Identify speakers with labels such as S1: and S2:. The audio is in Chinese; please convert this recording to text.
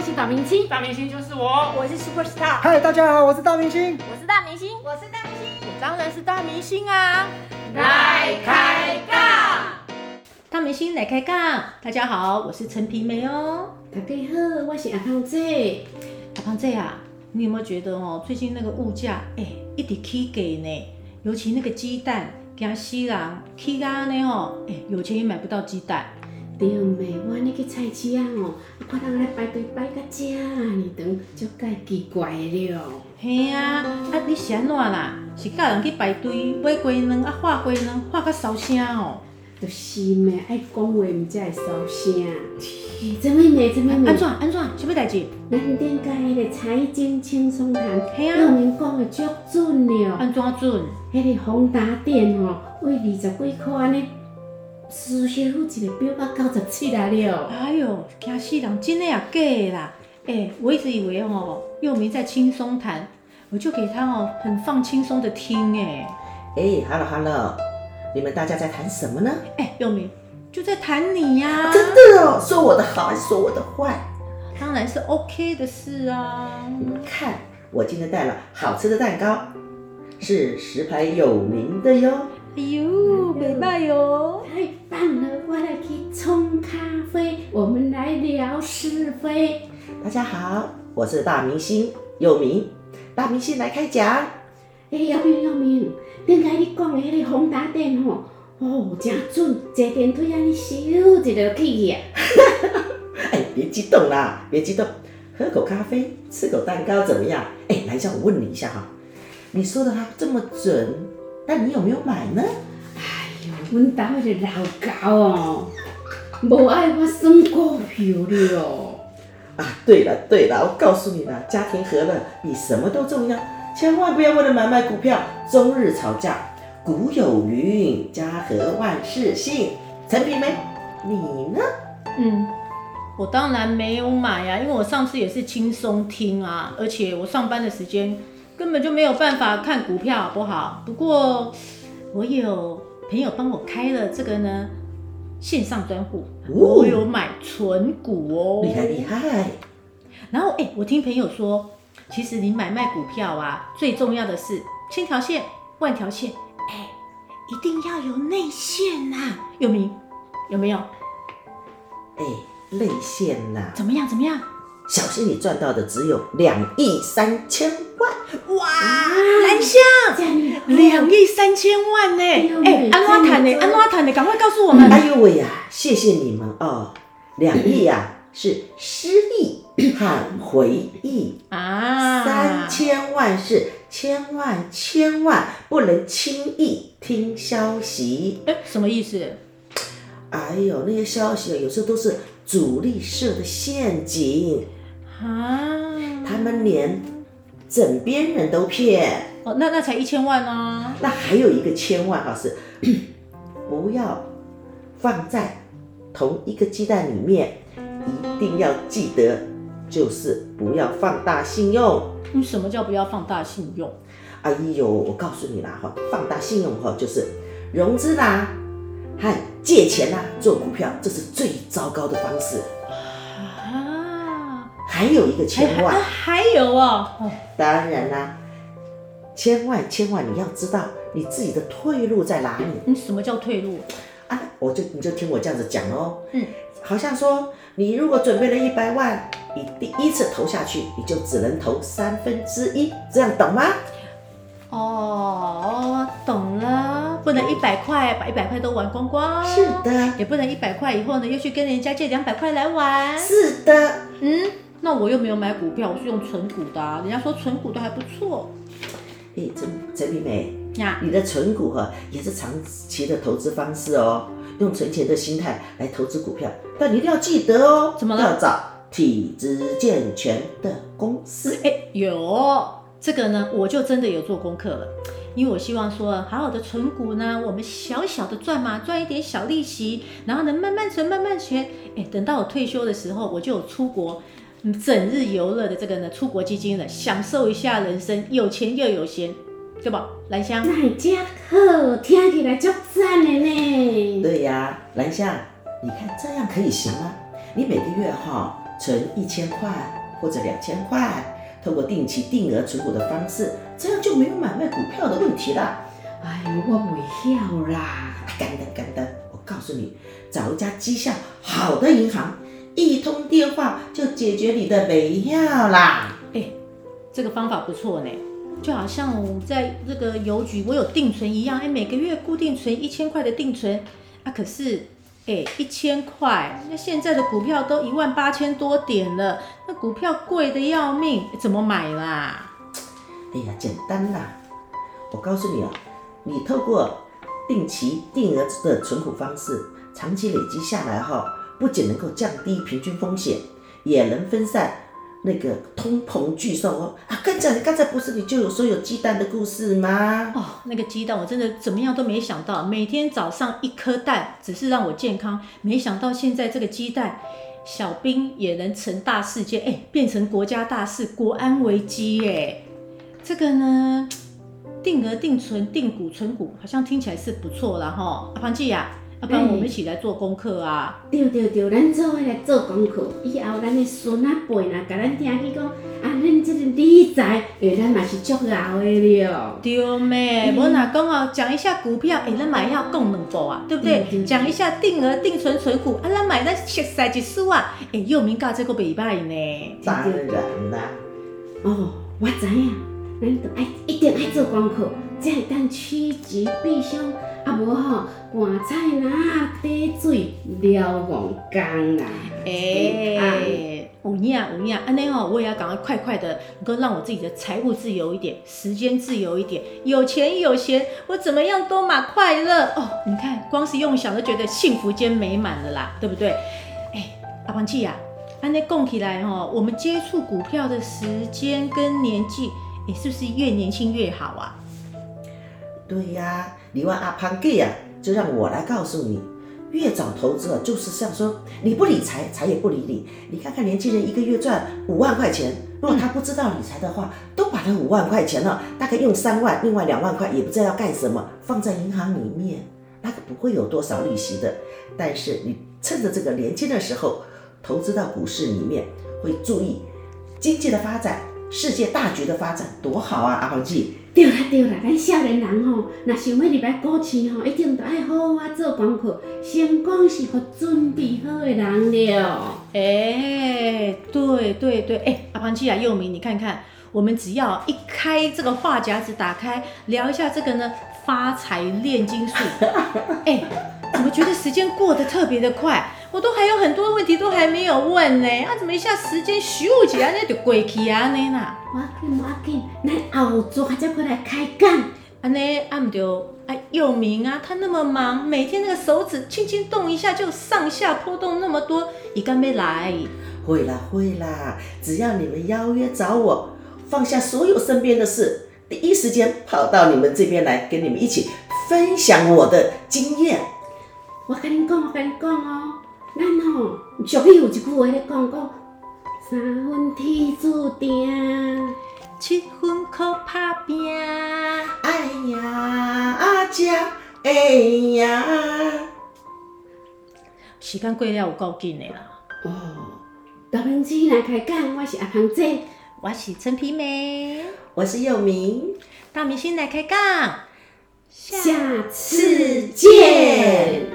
S1: 是大明星，
S2: 大明星就是我，
S3: 我是 Super Star，
S4: 嗨，大家好，我是大明星。
S3: 我是大明星，我是大明星，
S5: 我当然是大明星啊！
S1: 来开杠。
S5: 大明星来开杠，大家好，我是陈皮梅哦。
S1: 大家好，我是阿康姐。
S5: 阿胖这啊，你有没有觉得哦，最近那个物价，哎、一直起给呢，尤其那个鸡蛋，惊死人，起价呢哦，哎、有钱也买不到鸡蛋。
S1: 对妹，我安尼去菜市啊吼，啊，看人来排队排到遮呢长，足介奇怪的了。
S5: 嘿啊，啊你是安怎啦？是教人去排队买鸡卵，啊画鸡卵，画到烧声哦。
S1: 就是妹，爱讲话毋才会骚声。哎怎么妹，怎么妹
S5: 安？怎安怎？什么代志？
S1: 咱顶家迄个财经轻松谈，
S5: 嘿
S1: 有
S5: 啊，
S1: 人讲的足准了。
S5: 安怎准？
S1: 迄个宏达店吼，为二十几箍安尼，私消一个表到九十七啊了。
S5: 哎呦，惊死人！真的啊，假的啦？哎、我一直以为哦，佑明在轻松谈，我就给他哦，很放轻松的听哎、
S6: 哎，hello hello，你们大家在谈什么呢？
S5: 哎、佑明就在谈你呀、
S6: 真的哦，说我的好还是说我的坏？
S5: 当然是 OK 的事啊。
S6: 你们看，我今天带了好吃的蛋糕，是石牌有名的哟。
S5: 哎呦，美拜哦哟！
S1: 太棒哦了，我来去冲咖啡，我们来聊是非。
S6: 大家好，我是大明星有名，大明星来开讲。
S1: 诶、姚明，姚明，顶下你讲的迄个宏达店吼，哦，真准，坐电梯安尼咻一就去去啊！
S6: 哎，别激动啦，别激动，喝口咖啡，吃口蛋糕怎么样？哎，南湘，我问你一下哈、你说的它这么准，但你有没有买呢？
S1: 哎呦，阮兜迄个老狗哦，无爱我算股票了。
S6: 啊，对了对了，我告诉你啦，家庭和乐比什么都重要，千万不要为了买卖股票终日吵架。古有云：“家和万事兴。”陈皮梅，你呢？
S5: 嗯，我当然没有买啊呀、因为我上次也是轻松听啊，而且我上班的时间根本就没有办法看股票，好不好？不过我有朋友帮我开了这个呢线上专户，
S6: 哦
S5: 我有买存股哦，
S6: 厉害厉害！
S5: 然后哎、我听朋友说，其实你买卖股票啊，最重要的是千条线、万条线，哎、一定要有内线呐、有没有没有？
S6: 哎，泪腺呐，
S5: 怎么样？怎么样？
S6: 小心你赚到的只有两亿三千万。
S5: 哇，
S6: 嗯
S5: 南下
S1: 哦这样
S5: 两亿三千万呢！
S1: 呦
S5: 哎，安怎谈呢？
S1: 真的
S5: 安怎谈呢？赶快告诉我们！
S6: 哎呦喂呀、谢谢你们哦，两亿呀、是失忆和回忆。
S5: 啊，
S6: 三千万是千万千万不能轻易听消息。
S5: 哎，什么意思？
S6: 哎呦，那些消息啊有时候都是主力设的陷阱，
S5: 啊，
S6: 他们连枕边人都骗。
S5: 哦，那那才一千万啊！
S6: 那还有一个千万啊是， 不要放在同一个鸡蛋里面，一定要记得，就是不要放大信用。
S5: 你什么叫不要放大信用？
S6: 哎呦，我告诉你啦哈，放大信用哈，就是融资啦和借钱啦做股票，这是最糟糕的方式。
S5: 啊，
S6: 还有一个千万
S5: 还，还有哦，哦
S6: 当然啦，千万千万你要知道你自己的退路在哪里
S5: 你什么叫退路？
S6: 啊！我就你就听我这样子讲哦，
S5: 嗯，
S6: 好像说你如果准备了一百万，你第一次投下去，你就只能投三分之一，这样懂吗？
S5: 哦，懂了，不能一百块把一百块都玩光光，
S6: 是，的，
S5: 也不能一百块以后呢又去跟人家借两百块来玩。
S6: 是的。
S5: 嗯，那我又没有买股票，我是用存股的、啊，人家说存股的还不错
S6: 哎，陈陈明美，
S5: 呀。
S6: 你的存股哈、也是长期的投资方式哦，用存钱的心态来投资股票，但你一定要记得哦，
S5: 怎么了
S6: 要找体质健全的公司。
S5: 哎、有这个呢，我就真的有做功课了，因为我希望说，好好的存股呢，我们小小的赚嘛，赚一点小利息，然后呢，慢慢存，慢慢存，哎、等到我退休的时候，我就有出国。嗯整日游乐的这个呢，出国基金了，享受一下人生，有钱又有闲，对吧？兰香，
S1: 那遮嗯好，听起来足赞的呢。
S6: 对呀、兰夏，你看这样可以行吗？你每个月哈、存一千块，或者两千块，透过定期定额存股的方式，这样就没有买卖股票的问题啦。
S1: 哎呦，我袂晓啦。
S6: 啊，干单干单，我告诉你，找一家绩效好的银行，一通电话就解决你的没要啦。
S5: 这个方法不错呢，就好像我在这个邮局我有定存一样，哎，每个月固定存一千块的定存啊，可是。哎，一千块，那现在的股票都一万八千多点了，那股票贵的要命，哎怎么买啦？
S6: 哎呀，简单啦！我告诉你啊，你透过定期定额的存股方式，长期累积下来哈、不仅能够降低平均风险，也能分散那个通膨巨兽哦。啊，刚才刚才不是你就有说有鸡蛋的故事吗？
S5: 哦，那个鸡蛋我真的怎么样都没想到，每天早上一颗蛋，只是让我健康，没想到现在这个鸡蛋，小兵也能成大事件，哎，变成国家大事，国安危机，哎，这个呢，定额定存、定股存股，好像听起来是不错啦哈。阿潘季呀，要不然我们一起来做功课啊？
S1: 对对对，咱做伙来做功课，以后咱的孙仔辈若甲咱听去讲，啊，恁即个理财，诶，咱嘛是足牛的了。
S5: 对妹，
S1: 嗯
S5: 我哪讲哦，讲一下股票，哎，咱买要共两步啊，对不对？
S1: 嗯对
S5: 讲一下定额定存存股，啊，咱买咱熟悉一数啊，哎，又明教这个袂歹呢。
S6: 当然啦，
S1: 哦，我知影，咱着爱一定爱做功课，才会当趋吉避凶，啊无吼，寒菜哪滴水了戆工啊啦。
S5: 哎、
S1: 啊，
S5: 有影有影，安尼哦，我也要赶快快快的，能够让我自己的财务自由一点，时间自由一点，有钱有闲，我怎么样都嘛快乐哦。你看，光是用想都觉得幸福间美满了啦，对不对？哎、阿邦记呀、安尼供起来哦，我们接触股票的时间跟年纪，你、是不是越年轻越好啊？
S6: 对呀、你问阿潘给呀，就让我来告诉你。越早投资啊，就是像说你不理财，财也不理你。你看看年轻人一个月赚五万块钱，如果他不知道理财的话，都把那五万块钱呢、大概用三万，另外两万块也不知道要干什么，放在银行里面，那个不会有多少利息的。但是你趁着这个年轻的时候，投资到股市里面，会注意经济的发展，世界大局的发展，多好啊！阿黄记，
S1: 对啦对啦，咱少年人吼，若想要入来股市吼，一定着爱好好啊做功课，成功是互准备好的人了。
S5: 哎、对对对，哎、阿庞基亚佑明，你看看，我们只要一开这个话匣子，打开聊一下这个呢发财炼金术，哎、怎么觉得时间过得特别的快？我都还有很多问题都还没有问呢，啊，怎么一下时间咻起来那就过去啊那呐，
S1: 我要紧，我要紧，咱后桌才过来开讲。
S5: 安尼啊唔就啊佑明啊，他那么忙，每天那个手指轻轻动一下就上下波动那么多，你干没来？
S6: 会啦会啦，只要你们邀约找我，放下所有身边的事，第一时间跑到你们这边来，跟你们一起分享我的经验。
S1: 我甲恁讲，我甲恁讲哦，咱吼俗语有一句话咧讲讲，三分天注定。
S5: 七分靠打拼。
S6: 哎呀，阿佳，哎呀，
S5: 时间过了有够紧的啦。
S1: 哦，大明姐来开讲，我是阿芳姐。
S5: 我是陈皮梅，
S6: 我是佑明，
S5: 大明星来开杠。
S1: 下次见。